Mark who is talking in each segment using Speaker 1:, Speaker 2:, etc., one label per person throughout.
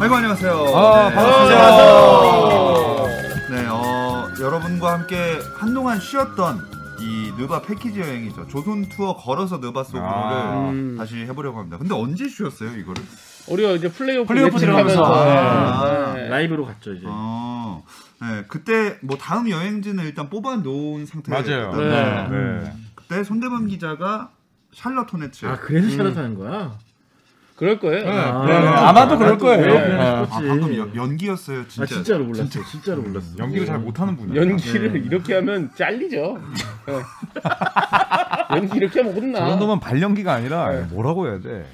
Speaker 1: 아이고 안녕하세요.
Speaker 2: 아,
Speaker 1: 네.
Speaker 2: 반갑습니다.
Speaker 1: 네, 어, 여러분과 함께 한동안 쉬었던 이 느바 패키지 여행이죠. 조선 투어 걸어서 느바 속으로를
Speaker 2: 아.
Speaker 3: 음.
Speaker 1: 다시 해보려고 합니다. 근데 언제 쉬었어요 이거를?
Speaker 3: 우리가 이제 플레이오프,
Speaker 2: 플레이오프
Speaker 3: 매치를
Speaker 2: 들어가면서.
Speaker 1: 아.
Speaker 3: 네. 라이브로 갔죠 이제.
Speaker 1: 어, 네, 그때 뭐 다음 여행지는 일단 뽑아놓은 상태였거든요.
Speaker 2: 맞아요.
Speaker 3: 네.
Speaker 2: 네.
Speaker 1: 그때 손대범 기자가 샬럿 호네츠.
Speaker 3: 아 그래서 샤라타는 거야? 그럴 거예요.
Speaker 2: 네, 네. 아마도 그럴 거예요.
Speaker 3: 네.
Speaker 2: 네.
Speaker 1: 아, 방금 연- 연기였어요 진짜.
Speaker 3: 아 진짜로 몰랐어. 진짜. 진짜로 몰랐어.
Speaker 2: 연기를 잘 못하는 분이야.
Speaker 3: 연기를 이렇게 하면 잘리죠. 네. 연기 이렇게 하면
Speaker 2: 저
Speaker 3: 혼나.
Speaker 2: 정도면 발연기가 아니라
Speaker 4: 네.
Speaker 2: 뭐라고 해야 돼?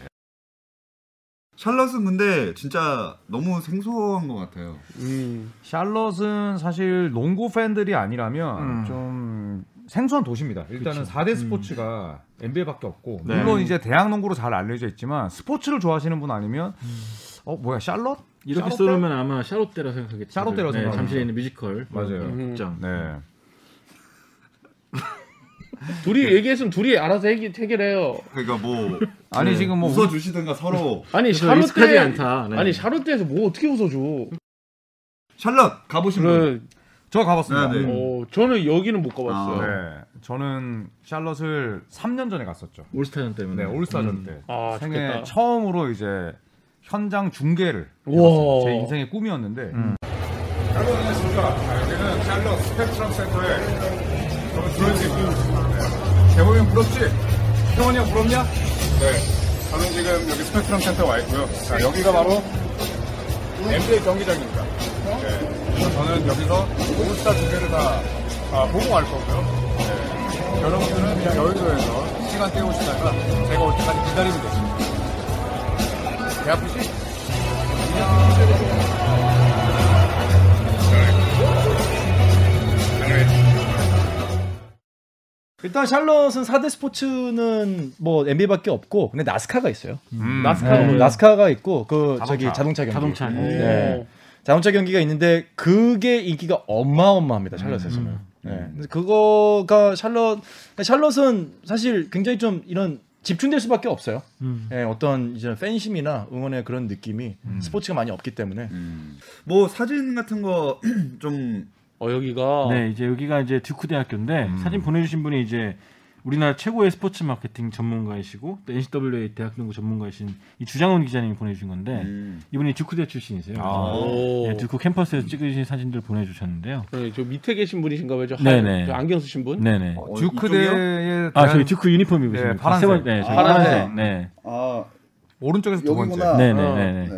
Speaker 1: 샬럿은 근데 진짜 너무 생소한 것 같아요.
Speaker 3: 음.
Speaker 4: 샬럿은 사실 농구 팬들이 아니라면
Speaker 2: 음.
Speaker 4: 좀 생소한 도시입니다.
Speaker 2: 그렇죠.
Speaker 4: 일단은 4대 스포츠가 NBA밖에 없고
Speaker 1: 네.
Speaker 4: 물론 이제 대학 농구로 잘 알려져 있지만 스포츠를 좋아하시는 분 아니면
Speaker 2: 음.
Speaker 4: 어 뭐야 샬럿?
Speaker 3: 이렇게
Speaker 4: 샤롯
Speaker 3: 쏘면 아마 샤롯대라 생각하겠지.
Speaker 4: 샤롯대라
Speaker 3: 네,
Speaker 4: 생각하죠.
Speaker 3: 잠실에 있는 뮤지컬.
Speaker 4: 맞아요.
Speaker 3: 음.
Speaker 4: 네.
Speaker 3: 둘이 얘기했으면 둘이 알아서 해결, 해결해요.
Speaker 1: 그러니까 뭐
Speaker 3: 네.
Speaker 4: 아니 지금 뭐
Speaker 1: 웃어 주시든가 서로.
Speaker 3: 아니
Speaker 5: 그래서 익숙하지
Speaker 3: 샤롯대
Speaker 5: 않다. 네.
Speaker 3: 아니 샤롯대에서 뭐 어떻게 웃어줘?
Speaker 1: 샬럿 가보신 분.
Speaker 3: 그래.
Speaker 4: 저 가봤습니다.
Speaker 1: 네, 네.
Speaker 3: 어, 저는 여기는 못 가봤어요.
Speaker 1: 아.
Speaker 4: 네. 저는 샬럿을 3년 전에 갔었죠.
Speaker 3: 올스타전 때문에.
Speaker 4: 네, 올스타전
Speaker 2: 음.
Speaker 4: 때.
Speaker 3: 아,
Speaker 4: 생애
Speaker 3: 좋겠다.
Speaker 4: 처음으로 이제 현장 중계를
Speaker 3: 우와.
Speaker 4: 해봤어요. 제 인생의 꿈이었는데
Speaker 5: 음.
Speaker 6: 여러분 안녕하십니까 아, 여기는 샬럿 스펙트럼 센터에 저는 조현수 입니다 재범이 형 부럽지? 형원이 형 부럽냐? 네 저는 지금 여기 스펙트럼 센터 와 있고요 자 여기가 바로 NBA 경기장입니다 네 그래서 저는 여기서 올스타 두 개를 다 아, 보고 갈 거고요 네. 여러분들은 그냥 여의도에서 시간 때우시다가 제가 올 때까지 기다리면 됩니다 배 아프지?
Speaker 7: 일단 샬럿은 4대 스포츠는 뭐 NBA밖에 없고 근데 나스카가 있어요.
Speaker 5: 음.
Speaker 4: 음.
Speaker 3: 나스카가 뭐예요?
Speaker 7: 나스카가 있고 그 저기 네. 자동차 경기.
Speaker 3: 음.
Speaker 5: 자동차.
Speaker 7: 네. 자동차 경기가 있는데 그게 인기가 어마어마합니다. 샬럿에서는. 네. 근데 그거가 샬럿 샬럿은 사실 굉장히 좀 이런 집중될 수밖에 없어요. 예, 어떤 이제 팬심이나 응원의 그런 느낌이 스포츠가 많이 없기 때문에
Speaker 1: 뭐 사진 같은 거 좀
Speaker 3: 어 여기가
Speaker 5: 네, 이제 여기가 이제 듀크 대학교인데 사진 보내주신 분이 이제 우리나라 최고의 스포츠 마케팅 전문가이시고 또 NCAA 대학농구 전문가이신 이 주장훈 기자님이 보내주신 건데
Speaker 1: 음.
Speaker 5: 이분이 듀크 대 출신이세요.
Speaker 3: 오.
Speaker 5: 네, 듀크 캠퍼스에서 찍으신 사진들 보내주셨는데요.
Speaker 3: 네, 저 밑에 계신 분이신가 봐요. 저, 하-
Speaker 5: 네네.
Speaker 3: 저 안경 쓰신 분.
Speaker 5: 네네.
Speaker 1: 어,
Speaker 4: 듀크대에
Speaker 5: 아, 저희 듀크 유니폼 입으신
Speaker 4: 네,
Speaker 5: 네,
Speaker 4: 파란색.
Speaker 5: 네, 저희
Speaker 1: 아,
Speaker 5: 파란색. 네.
Speaker 1: 아
Speaker 4: 오른쪽에서 두 번째.
Speaker 5: 네, 네, 네,
Speaker 4: 어.
Speaker 5: 네.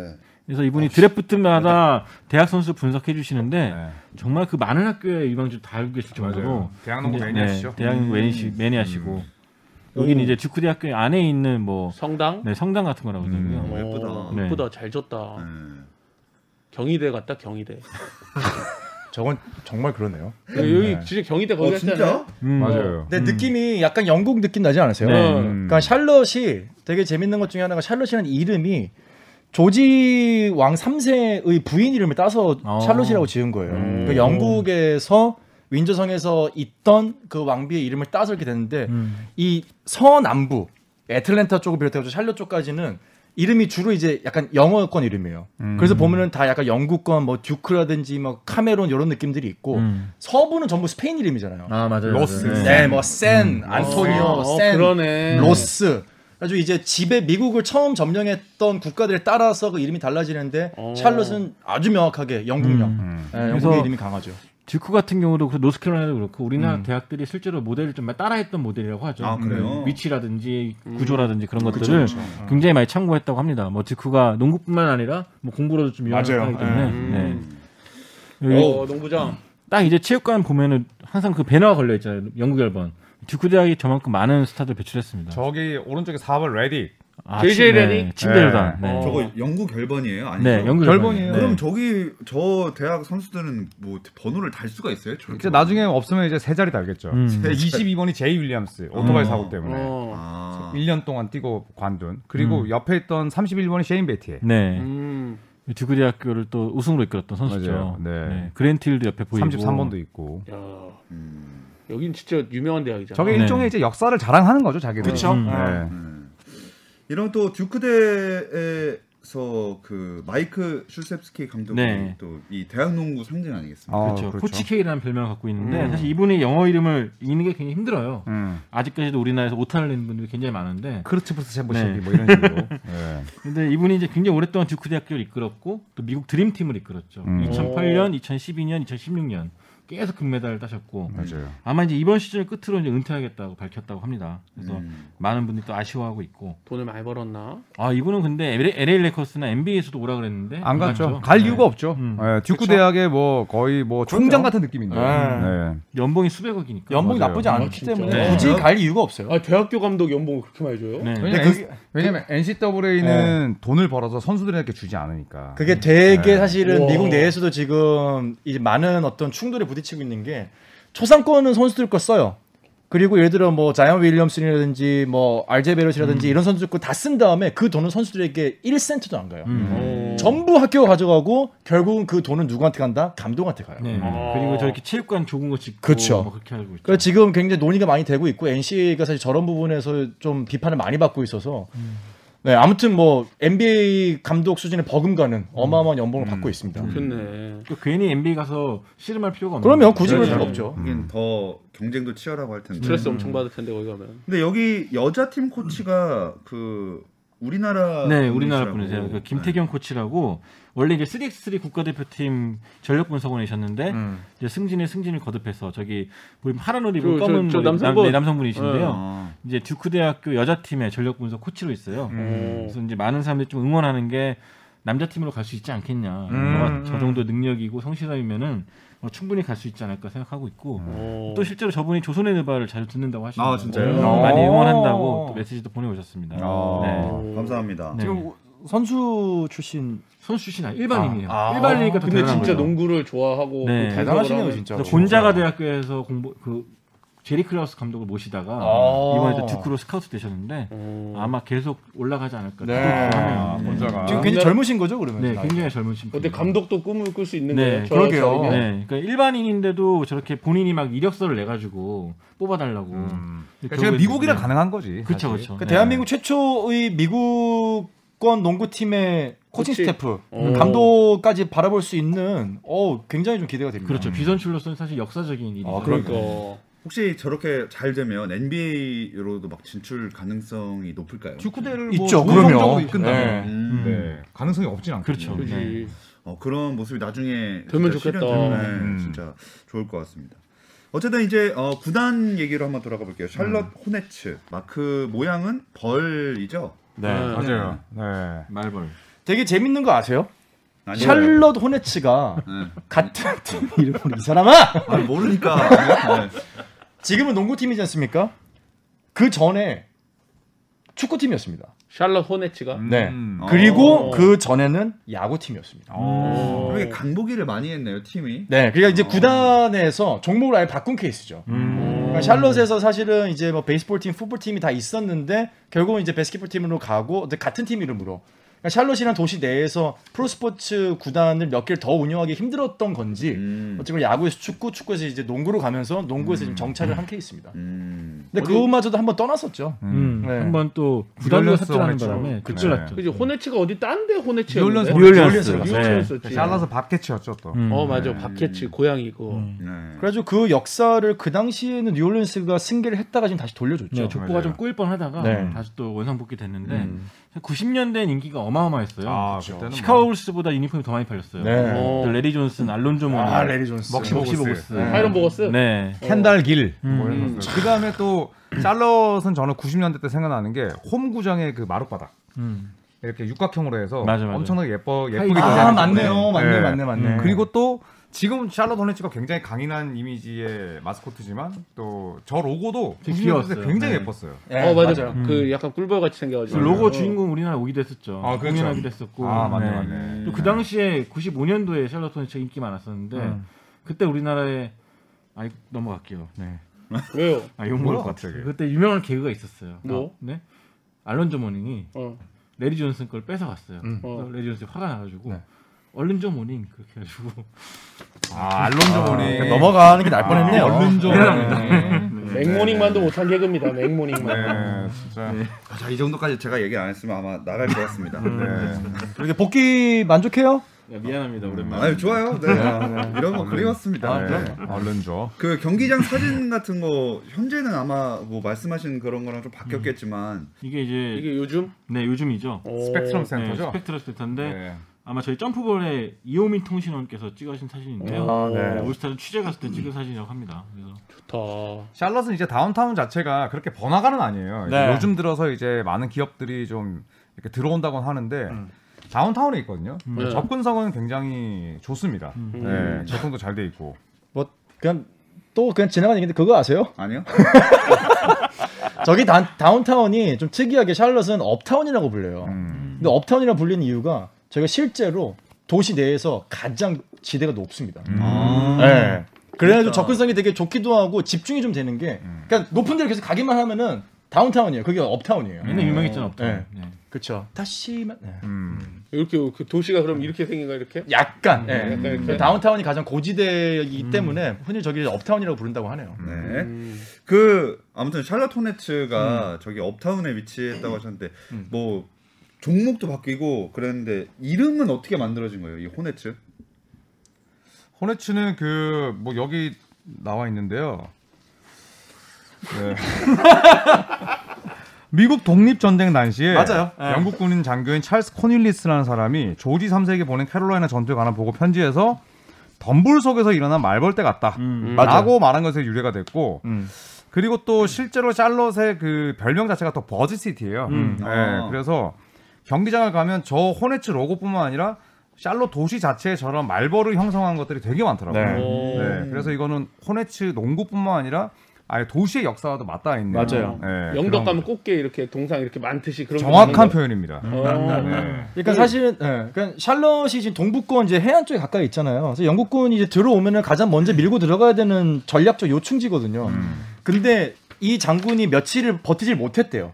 Speaker 5: 그래서 이분이 드래프트마다 대학 선수 분석해 주시는데
Speaker 4: 네.
Speaker 5: 정말 그 많은 학교의 유망주 다 알고 계실 정도로
Speaker 4: 맞아요. 대학농구
Speaker 5: 굉장히-
Speaker 4: 매니아시죠.
Speaker 5: 어.
Speaker 4: 음.
Speaker 5: 네, 대학농구 매니시, 매니아시고 여기는 이제 주쿠 대학교 안에 있는 뭐
Speaker 3: 성당.
Speaker 5: 네, 성당 같은 거라고
Speaker 4: 음.
Speaker 5: 그러더라고요.
Speaker 1: 어, 예쁘다.
Speaker 5: 네.
Speaker 3: 예쁘다. 잘 졌다.
Speaker 1: 네.
Speaker 3: 경희대 같다. 경희대.
Speaker 7: 저건 정말 그러네요.
Speaker 3: 여기 진짜 경희대 거기
Speaker 1: 어,
Speaker 3: 같잖아요.
Speaker 1: 진짜?
Speaker 5: 음.
Speaker 4: 맞아요.
Speaker 7: 근데 느낌이 약간 영국 느낌 나지 않으세요?
Speaker 5: 네.
Speaker 4: 음.
Speaker 7: 그러니까 샬럿이 되게 재밌는 것 중에 하나가 샬럿이라는 이름이 조지 왕 3세의 부인 이름을 따서
Speaker 5: 어. 음.
Speaker 7: 샬럿이라고 지은 거예요. 그 영국에서 윈저성에서 있던 그 왕비의 이름을 따서 이렇게 됐는데
Speaker 5: 음.
Speaker 7: 이 서남부 애틀랜타 쪽을 비롯해서 샬럿 쪽까지는 이름이 주로 이제 약간 영어권 이름이에요.
Speaker 5: 음.
Speaker 7: 그래서 보면은 다 약간 영국권 뭐 듀크라든지 뭐 카메론 이런 느낌들이 있고
Speaker 5: 음.
Speaker 7: 서부는 전부 스페인 이름이잖아요.
Speaker 3: 아 맞아요.
Speaker 2: 로스.
Speaker 3: 맞아요.
Speaker 7: 네, 뭐센 안토니오,
Speaker 3: 어,
Speaker 7: 센
Speaker 3: 그러네.
Speaker 7: 로스. 아주 이제 집에 미국을 처음 점령했던 국가들에 따라서 그 이름이 달라지는데
Speaker 3: 어.
Speaker 7: 샬럿은 아주 명확하게 영국령, 예,
Speaker 5: 그래서-
Speaker 7: 영국의 이름이 강하죠.
Speaker 5: 듀크 같은 경우도 그 노스캐롤라이나도 그렇고 우리나라
Speaker 3: 음.
Speaker 5: 대학들이 실제로 모델을 좀 따라했던 모델이라고 하죠.
Speaker 1: 아, 그래요?
Speaker 5: 음, 위치라든지 구조라든지 그런 것들을 굉장히 많이 참고했다고 합니다. 뭐 듀크가 농구뿐만 아니라 뭐 공부로도 좀 유명하기
Speaker 7: 맞아요.
Speaker 5: 때문에
Speaker 3: 음.
Speaker 5: 네. 여기
Speaker 3: 어 농구장.
Speaker 5: 딱 이제 체육관 보면은 항상 그 배너가 걸려 있잖아요. 영국 열번 듀크 대학이 저만큼 많은 스타들 배출했습니다.
Speaker 4: 저기 오른쪽에 4번 레디.
Speaker 5: 아,
Speaker 3: JJ
Speaker 5: 침- 네,
Speaker 3: 레니?
Speaker 5: 침대로다. 네,
Speaker 3: 어.
Speaker 1: 저거 영구 결번이에요? 아니죠?
Speaker 5: 네 영국
Speaker 4: 결번이에요.
Speaker 1: 그럼
Speaker 5: 열번이에요.
Speaker 1: 저기 저 대학 선수들은 뭐 번호를 달 수가 있어요? 저렇게?
Speaker 2: 그러니까
Speaker 4: 이제 나중에 없으면 이제 세 자리 달겠죠.
Speaker 5: 음.
Speaker 4: 세 자리. 22번이 제이 윌리엄스 오토바이
Speaker 1: 어.
Speaker 4: 사고
Speaker 2: 네.
Speaker 4: 때문에
Speaker 3: 어.
Speaker 1: 아.
Speaker 4: 1년 동안 뛰고 관둔. 그리고
Speaker 5: 음.
Speaker 4: 옆에 있던 31번이 셰인 베티에.
Speaker 5: 네.
Speaker 3: 음.
Speaker 5: 듀크 대학교를 또 우승으로 이끌었던 선수죠.
Speaker 4: 맞아요. 네.
Speaker 5: 그랜틸도 옆에 보이고.
Speaker 4: 33번도 있고.
Speaker 3: 야.
Speaker 1: 음.
Speaker 3: 여긴 진짜 유명한 대학이잖아.
Speaker 4: 저게
Speaker 5: 네.
Speaker 4: 일종의 이제
Speaker 2: 음. 네.
Speaker 1: 네.
Speaker 4: 역사를 자랑하는 거죠, 자기들.
Speaker 5: 그쵸. 음.
Speaker 4: 네.
Speaker 1: 이런 또 듀크대의 서그 마이크 슐셉스키 감독이
Speaker 5: 네.
Speaker 1: 또 이 대학농구 상징 아니겠습니까?
Speaker 2: 아,
Speaker 5: 그렇죠. 코치케이라는 별명을 갖고 있는데
Speaker 2: 음.
Speaker 5: 사실 이분이 영어 이름을 읽는 게 굉장히 힘들어요.
Speaker 2: 음.
Speaker 5: 아직까지도 우리나라에서 오타를 내는 분들이 굉장히 많은데
Speaker 2: 크르츠 부스 챔버십이
Speaker 5: 네.
Speaker 2: 뭐 이런 식으로. 예.
Speaker 5: 근데 이분이 이제 굉장히 오랫동안 듀크 대학교를 이끌었고 또 미국 드림팀을 이끌었죠.
Speaker 2: 음.
Speaker 5: 2008년, 2012년, 2016년 계속 금메달을 따셨고
Speaker 2: 맞아요.
Speaker 5: 아마 이제 이번 시즌을 끝으로 이제 은퇴하겠다고 밝혔다고 합니다. 그래서
Speaker 1: 음.
Speaker 5: 많은 분들이 또 아쉬워하고 있고
Speaker 3: 돈을 많이 벌었나?
Speaker 5: 아 이분은 근데 LA 레커스나 NBA에서도 오라 그랬는데
Speaker 2: 안 갔죠. 갈
Speaker 5: 네.
Speaker 2: 이유가 없죠.
Speaker 5: 음.
Speaker 2: 예, 듀크 대학의 뭐 거의 뭐 총장 같은 느낌인데.
Speaker 7: 네.
Speaker 2: 네.
Speaker 5: 연봉이 수백억이니까.
Speaker 7: 연봉이
Speaker 2: 맞아요.
Speaker 7: 나쁘지 않기
Speaker 3: 아,
Speaker 7: 때문에
Speaker 5: 진짜?
Speaker 7: 굳이
Speaker 1: 네.
Speaker 7: 갈 이유가 없어요.
Speaker 3: 아 대학교 감독 연봉을 그렇게 많이 줘요?
Speaker 5: 네.
Speaker 2: 왜냐면,
Speaker 7: 근데
Speaker 2: N- 왜냐면 NCAA는 그 네. 돈을 벌어서 선수들에게 주지 않으니까.
Speaker 7: 그게 되게
Speaker 2: 네.
Speaker 7: 사실은
Speaker 3: 우와.
Speaker 7: 미국 내에서도 지금 이제 많은 어떤 충돌에 부딪히고 있는 게 초상권은 선수들 거 써요. 그리고 예를 들어 뭐 자이언 윌리엄슨이라든지 뭐 알제
Speaker 2: 음.
Speaker 7: 베럿이라든지 이런 선수들 거 다 쓴 다음에 그 돈은 선수들에게 1센트도 안
Speaker 2: 음.
Speaker 7: 가요.
Speaker 5: 네.
Speaker 3: 오.
Speaker 7: 전부 학교가 가져가고 결국은 그 돈은 누구한테 간다? 감독한테 가요.
Speaker 5: 네.
Speaker 3: 아.
Speaker 5: 그리고 저렇게 체육관 좁은 거 짓고
Speaker 7: 그쵸.
Speaker 5: 뭐 그렇게 알고 있죠.
Speaker 7: 그래서 지금 굉장히 논의가 많이 되고 있고 NCA가 사실 저런 부분에서 좀 비판을 많이 받고 있어서 네, 아무튼 뭐 NBA 감독 수준의 버금가는 어마어마한 연봉을 받고 있습니다.
Speaker 3: 좋네.
Speaker 5: 또그 괜히 NBA 가서 씨름할 필요가 없는
Speaker 7: 그러면
Speaker 5: 거죠.
Speaker 7: 굳이 볼 필요 음.
Speaker 3: 네.
Speaker 7: 없죠.
Speaker 1: 이게 더 경쟁도 치열하고 할 텐데.
Speaker 3: 스트레스 엄청 받을 텐데 거기 가면.
Speaker 1: 근데 여기 여자 팀 코치가 그 우리나라
Speaker 5: 네, 우리나라
Speaker 1: 분이시라고.
Speaker 5: 분이세요. 그 김태경 코치라고 원래 이제 3x3 국가대표팀 전력 분석원에 계셨는데
Speaker 7: 음.
Speaker 2: 음.
Speaker 5: 이제 승진에 승진을 거듭해서 저기 보면 파란 옷 입은
Speaker 3: 저-
Speaker 5: 검은
Speaker 3: 저
Speaker 5: 옷 입은
Speaker 3: 남성분.
Speaker 5: 남, 성분이신데
Speaker 7: 어.
Speaker 5: 요
Speaker 1: 아,
Speaker 5: 이제 듀크 대학교 여자 팀의 전력 분석 코치로 있어요.
Speaker 3: 음.
Speaker 5: 그래서 이제 많은 사람들이 좀 응원하는 게 남자 팀으로 갈 수 있지 않겠냐.
Speaker 7: 음,
Speaker 5: 너가 저 정도 능력이고 성실함이면은 어, 충분히 갈 수 있지 않을까 생각하고 있고
Speaker 3: 어. 오.
Speaker 5: 또 실제로 저분이 조선의 느바를 자주 듣는다고 하시고
Speaker 1: 아, 진짜요?
Speaker 5: 많이
Speaker 7: 오.
Speaker 5: 응원한다고 또 메시지도 보내오셨습니다.
Speaker 2: 아.
Speaker 5: 네.
Speaker 1: 감사합니다.
Speaker 5: 네.
Speaker 7: 지금 선수 출신
Speaker 5: 선수 출신 아니 일반인이에요.
Speaker 7: 아.
Speaker 5: 일반인이니까 더
Speaker 3: 근데
Speaker 5: 대단한
Speaker 3: 진짜
Speaker 5: 거죠.
Speaker 3: 농구를 좋아하고
Speaker 5: 네.
Speaker 3: 그
Speaker 7: 대단하시네요,
Speaker 3: 하면-
Speaker 7: 진짜.
Speaker 5: 그래서 곤자가 대학교에서 공부 그 제리 클라우스 감독을 모시다가
Speaker 7: 아.
Speaker 5: 이번에 또 듀크로 스카우트 되셨는데
Speaker 3: 오.
Speaker 5: 아마 계속 올라가지 않을까.
Speaker 7: 네.
Speaker 5: 그렇게 하면.
Speaker 2: 아, 혼자가.
Speaker 7: 지금 굉장히
Speaker 3: 아,
Speaker 7: 젊으신 거죠, 그러면?
Speaker 5: 네,
Speaker 7: 나이?
Speaker 5: 굉장히 젊으신 분.
Speaker 3: 근데 감독도 꿈을 꿀 수 있는
Speaker 5: 네,
Speaker 3: 거예요. 저
Speaker 7: 그러게요.
Speaker 3: 사람이면?
Speaker 5: 네, 그러니까 일반인인데도 저렇게 본인이 막 이력서를 내 가지고 뽑아달라고.
Speaker 2: 그러니까 지금 미국이라 가능한 거지.
Speaker 5: 그렇죠,
Speaker 2: 사실.
Speaker 5: 그렇죠.
Speaker 7: 그 대한민국 최초의 미국권 농구팀의 코칭
Speaker 3: 코치.
Speaker 7: 스태프,
Speaker 3: 오.
Speaker 7: 감독까지 바라볼 수 있는 어 굉장히 좀 기대가 됩니다. 뭐
Speaker 5: 그렇죠. 비선출로서는 사실 역사적인 일이죠.
Speaker 7: 아,
Speaker 3: 그러니까.
Speaker 1: 혹시 저렇게 잘 되면 NBA로도 막 진출 가능성이 높을까요?
Speaker 2: 듀크대를 뭐
Speaker 7: 있죠,
Speaker 2: 좋은
Speaker 7: 그럼요.
Speaker 2: 성적으로 이끈다면.
Speaker 7: 네.
Speaker 1: 음.
Speaker 2: 네. 가능성이 없진 않거든요.
Speaker 5: 그렇죠.
Speaker 3: 그러니까. 그지.
Speaker 5: 네.
Speaker 1: 어, 그런 모습이 나중에
Speaker 3: 되면
Speaker 1: 진짜
Speaker 3: 좋겠다.
Speaker 1: 실현되면, 네,
Speaker 2: 음.
Speaker 1: 진짜 좋을 것 같습니다. 어쨌든 이제 어, 구단 얘기로 한번 돌아가 볼게요. 샬럿 호네츠 마크 모양은 벌이죠.
Speaker 3: 네.
Speaker 2: 맞아요. 네.
Speaker 5: 말벌.
Speaker 7: 되게 재밌는 거 아세요?
Speaker 1: 아니면-
Speaker 7: 샬럿 호네츠가
Speaker 1: 네.
Speaker 7: 같은 팀 이름으로 이 사람아
Speaker 1: 아, 모르니까. 네.
Speaker 7: 지금은 농구팀이지 않습니까? 그 전에 축구팀이었습니다.
Speaker 3: 샬럿 호네츠가.
Speaker 7: 네.
Speaker 2: 음.
Speaker 7: 그리고
Speaker 3: 어.
Speaker 7: 그 전에는 야구팀이었습니다.
Speaker 2: 어,
Speaker 3: 오.
Speaker 1: 그러게 간보기를 많이 했네요 팀이.
Speaker 7: 네, 그러니까 이제 구단에서 종목을 아예 바꾼 케이스죠. 그러니까 샬럿에서 사실은 이제 뭐 베이스볼 팀, 풋볼 팀이 다 있었는데 결국은 이제 배스켓볼 팀으로 가고 근데 같은 팀 이름으로. 그러니까 샬럿이란 도시 내에서 프로스포츠 구단을 몇 개를 더 운영하기 힘들었던 건지
Speaker 1: 음.
Speaker 7: 어쨌든 야구에서 축구, 축구에서 이제 농구로 가면서 농구에서 지금 정착을 한 케이스입니다.
Speaker 1: 음.
Speaker 7: 근데 그것마저도 한번 떠났었죠.
Speaker 5: 음.
Speaker 7: 네.
Speaker 5: 한번 또 구단으로
Speaker 2: 뉴올리언스
Speaker 5: 삭제하는
Speaker 2: 호네츠로.
Speaker 5: 바람에
Speaker 2: 그쵸.
Speaker 5: 그찔났죠.
Speaker 3: 그지 호네츠가 어디 딴데 호네츠였는데.
Speaker 2: 뉴올리언스. 그
Speaker 5: 뉴올리언스.
Speaker 3: 뉴올리언스였지.
Speaker 2: 잘라서 밥 캐치였죠 또.
Speaker 5: 음.
Speaker 3: 어 맞아. 박해치 고양이고.
Speaker 1: 네.
Speaker 7: 그래가지고 그 역사를 그 당시에는 뉴올리언스가 승계를 했다가 지금 다시 돌려줬죠.
Speaker 5: 네, 족보가 좀 꼬일 뻔하다가
Speaker 7: 네.
Speaker 5: 다시 또 원상 복귀됐는데 90년대 인기가 어마어마했어요.
Speaker 2: 아, 그때는 뭐
Speaker 5: 시카고 불스보다 유니폼이 더 많이 팔렸어요.
Speaker 7: 네.
Speaker 3: 어.
Speaker 5: 또 레리 존슨, 알론조 모니,
Speaker 7: 아 레리 존스.
Speaker 2: 먹시
Speaker 5: 먹시
Speaker 2: 보고스.
Speaker 5: 보고스.
Speaker 7: 네.
Speaker 3: 아이런 보거스.
Speaker 5: 네.
Speaker 2: 캔달 길.
Speaker 5: 음.
Speaker 2: 뭐 이런 것들. 그다음에 또 샬럿은 저는 90년대 때 생각나는 게 홈 구장의 그 마룻바닥.
Speaker 5: 음.
Speaker 2: 이렇게 육각형으로 해서
Speaker 5: 맞아, 맞아.
Speaker 2: 엄청나게 예뻐 예쁘게
Speaker 5: 하이브.
Speaker 2: 디자인을
Speaker 7: 아
Speaker 5: 네.
Speaker 7: 맞네요,
Speaker 2: 했거든요.
Speaker 7: 맞네,
Speaker 2: 네.
Speaker 7: 맞네, 맞네.
Speaker 5: 음.
Speaker 2: 그리고 또 지금 샬럿 호네츠가 굉장히 강인한 이미지의 마스코트지만 또 저 로고도
Speaker 5: 되게
Speaker 2: 90년대 때
Speaker 5: 귀여웠어요.
Speaker 2: 굉장히
Speaker 5: 네.
Speaker 2: 예뻤어요.
Speaker 7: 예,
Speaker 3: 어 맞아.
Speaker 5: 음.
Speaker 3: 그 약간 꿀벌 같이
Speaker 5: 그
Speaker 3: 생겨가지고.
Speaker 5: 로고
Speaker 3: 어.
Speaker 5: 주인공 우리나라 오기도 했었죠.
Speaker 2: 아, 그렇죠.
Speaker 5: 공연하기도 했었고.
Speaker 2: 아 맞네
Speaker 5: 네.
Speaker 2: 맞네.
Speaker 5: 또그 당시에 95년도에 샬럿 호네츠가 인기 많았었는데 그때 우리나라에 아 이거 넘어갈게요. 네.
Speaker 3: 왜요?
Speaker 5: 아 욕먹을
Speaker 2: 뭐야,
Speaker 5: 것
Speaker 2: 갑자기?
Speaker 5: 같아요. 그때 유명한 개그가 있었어요.
Speaker 3: 뭐?
Speaker 5: 네. 알론조 모닝이
Speaker 3: 어.
Speaker 5: 레리 존슨 걸 음. 뺏어갔어요. 네.
Speaker 3: 어.
Speaker 5: 그래서 레리 존슨 화가 나가지고 얼른 좀 모닝 그렇게 해가지고
Speaker 2: 아 알론조 모닝
Speaker 7: 넘어가는 게 날
Speaker 2: 아,
Speaker 7: 뻔했네요.
Speaker 2: 얼른조
Speaker 7: 네.
Speaker 2: 모닝.
Speaker 3: 네. 맥모닝만도 못한 개그입니다. 맥모닝만.
Speaker 2: 네, 진짜.
Speaker 1: 아, 자, 이 정도까지 제가 얘기 안 했으면 아마 나갈 것 같습니다. 네.
Speaker 7: 이렇게 복귀 만족해요?
Speaker 5: 야, 미안합니다 오랜만에.
Speaker 1: 아유 좋아요. 네. 이런 거 아, 그리웠습니다.
Speaker 2: 네. 얼른 줘.
Speaker 1: 그 경기장 사진 같은 거 현재는 아마 뭐 말씀하신 그런 거랑 좀 바뀌었겠지만
Speaker 5: 이게 이제
Speaker 3: 이게 요즘 어.
Speaker 5: 네 요즘이죠.
Speaker 3: 오,
Speaker 2: 스펙트럼
Speaker 5: 네,
Speaker 2: 센터죠.
Speaker 5: 스펙트라 스펙터인데
Speaker 2: 네.
Speaker 5: 아마 저희 점프볼의 이호민 통신원께서 찍으신 사진인데요.
Speaker 3: 아,
Speaker 5: 네, 음.
Speaker 3: 네.
Speaker 5: 올스타를 취재 갔을 때 찍은 사진이라고 합니다. 그래서
Speaker 3: 좋다.
Speaker 2: 샬럿은 이제 다운타운 자체가 그렇게 번화가는 아니에요.
Speaker 7: 네.
Speaker 2: 요즘 들어서 이제 많은 기업들이 좀 이렇게 들어온다고 하는데 다운타운에 있거든요.
Speaker 3: 네.
Speaker 2: 접근성은 굉장히 좋습니다.
Speaker 3: 음.
Speaker 2: 네, 접근도 잘 돼 있고.
Speaker 7: 뭐 그냥 또 그냥 지나간 얘기인데 그거 아세요?
Speaker 1: 아니요?
Speaker 7: 저기 다, 다운타운이 좀 특이하게 샬럿은 업타운이라고 불려요.
Speaker 2: 음.
Speaker 7: 근데 업타운이라 불리는 이유가 저희가 실제로 도시 내에서 가장 지대가 높습니다.
Speaker 1: 아.
Speaker 7: 네. 음. 그래가지고
Speaker 1: 그러니까.
Speaker 7: 접근성이 되게 좋기도 하고 집중이 좀 되는 게 그러니까 높은 데를 계속 가기만 하면은 다운타운이에요. 그게 업타운이에요.
Speaker 5: 맨날 유명했잖아. 없다.
Speaker 7: 네.
Speaker 5: 네.
Speaker 7: 그렇죠. 다시만 네.
Speaker 2: 음.
Speaker 3: 이렇게, 이렇게 도시가 그럼 이렇게 생긴가 이렇게?
Speaker 7: 약간 음. 예.
Speaker 3: 약간 이렇게.
Speaker 7: 다운타운이 가장 고지대이기 때문에 흔히 저기를 업타운이라고 부른다고 하네요.
Speaker 1: 네.
Speaker 3: 음.
Speaker 1: 그 아무튼 샬럿 호네츠가 저기 업타운에 위치했다고 하셨는데
Speaker 7: 음.
Speaker 1: 뭐 종목도 바뀌고 그랬는데 이름은 어떻게 만들어진 거예요? 이 호네츠?
Speaker 2: 호네츠는 그 뭐 여기 나와 있는데요. 네. 미국 독립 전쟁 당시에
Speaker 7: 맞아요. 예.
Speaker 2: 영국 군인 장교인 찰스 코닐리스라는 사람이 조지 3세에게 보낸 캐롤라이나 전투에 관한 보고 편지에서 덤불 속에서 일어난 말벌떼 같다. 라고 말한 것에 유래가 됐고
Speaker 7: 음.
Speaker 2: 그리고 또 실제로 샬롯의 그 별명 자체가 더 버즈시티예요.
Speaker 7: 음.
Speaker 2: 예,
Speaker 1: 아.
Speaker 2: 그래서 경기장을 가면 저 호네츠 로고뿐만 아니라 샬롯 도시 자체에 저런 말벌을 형성한 것들이 되게 많더라고요.
Speaker 7: 네.
Speaker 3: 오.
Speaker 2: 네, 그래서 이거는 호네츠 농구뿐만 아니라 아예 도시의 역사와도 맞닿아 있는
Speaker 7: 맞아요.
Speaker 2: 예,
Speaker 3: 영덕
Speaker 2: 그런
Speaker 3: 가면 꽃게 이렇게 동상 이렇게 많듯이 그런 거
Speaker 2: 정확한
Speaker 3: 있는
Speaker 2: 표현입니다.
Speaker 3: 거. 어.
Speaker 2: 네.
Speaker 7: 그러니까 사실은 예. 그러니까 샬럿이 지금 동부권 이제 해안 쪽에 가까이 있잖아요. 그래서 영국군이 이제 들어오면은 가장 먼저 밀고 들어가야 되는 전략적 요충지거든요. 근데 이 장군이 며칠을 버티질 못했대요.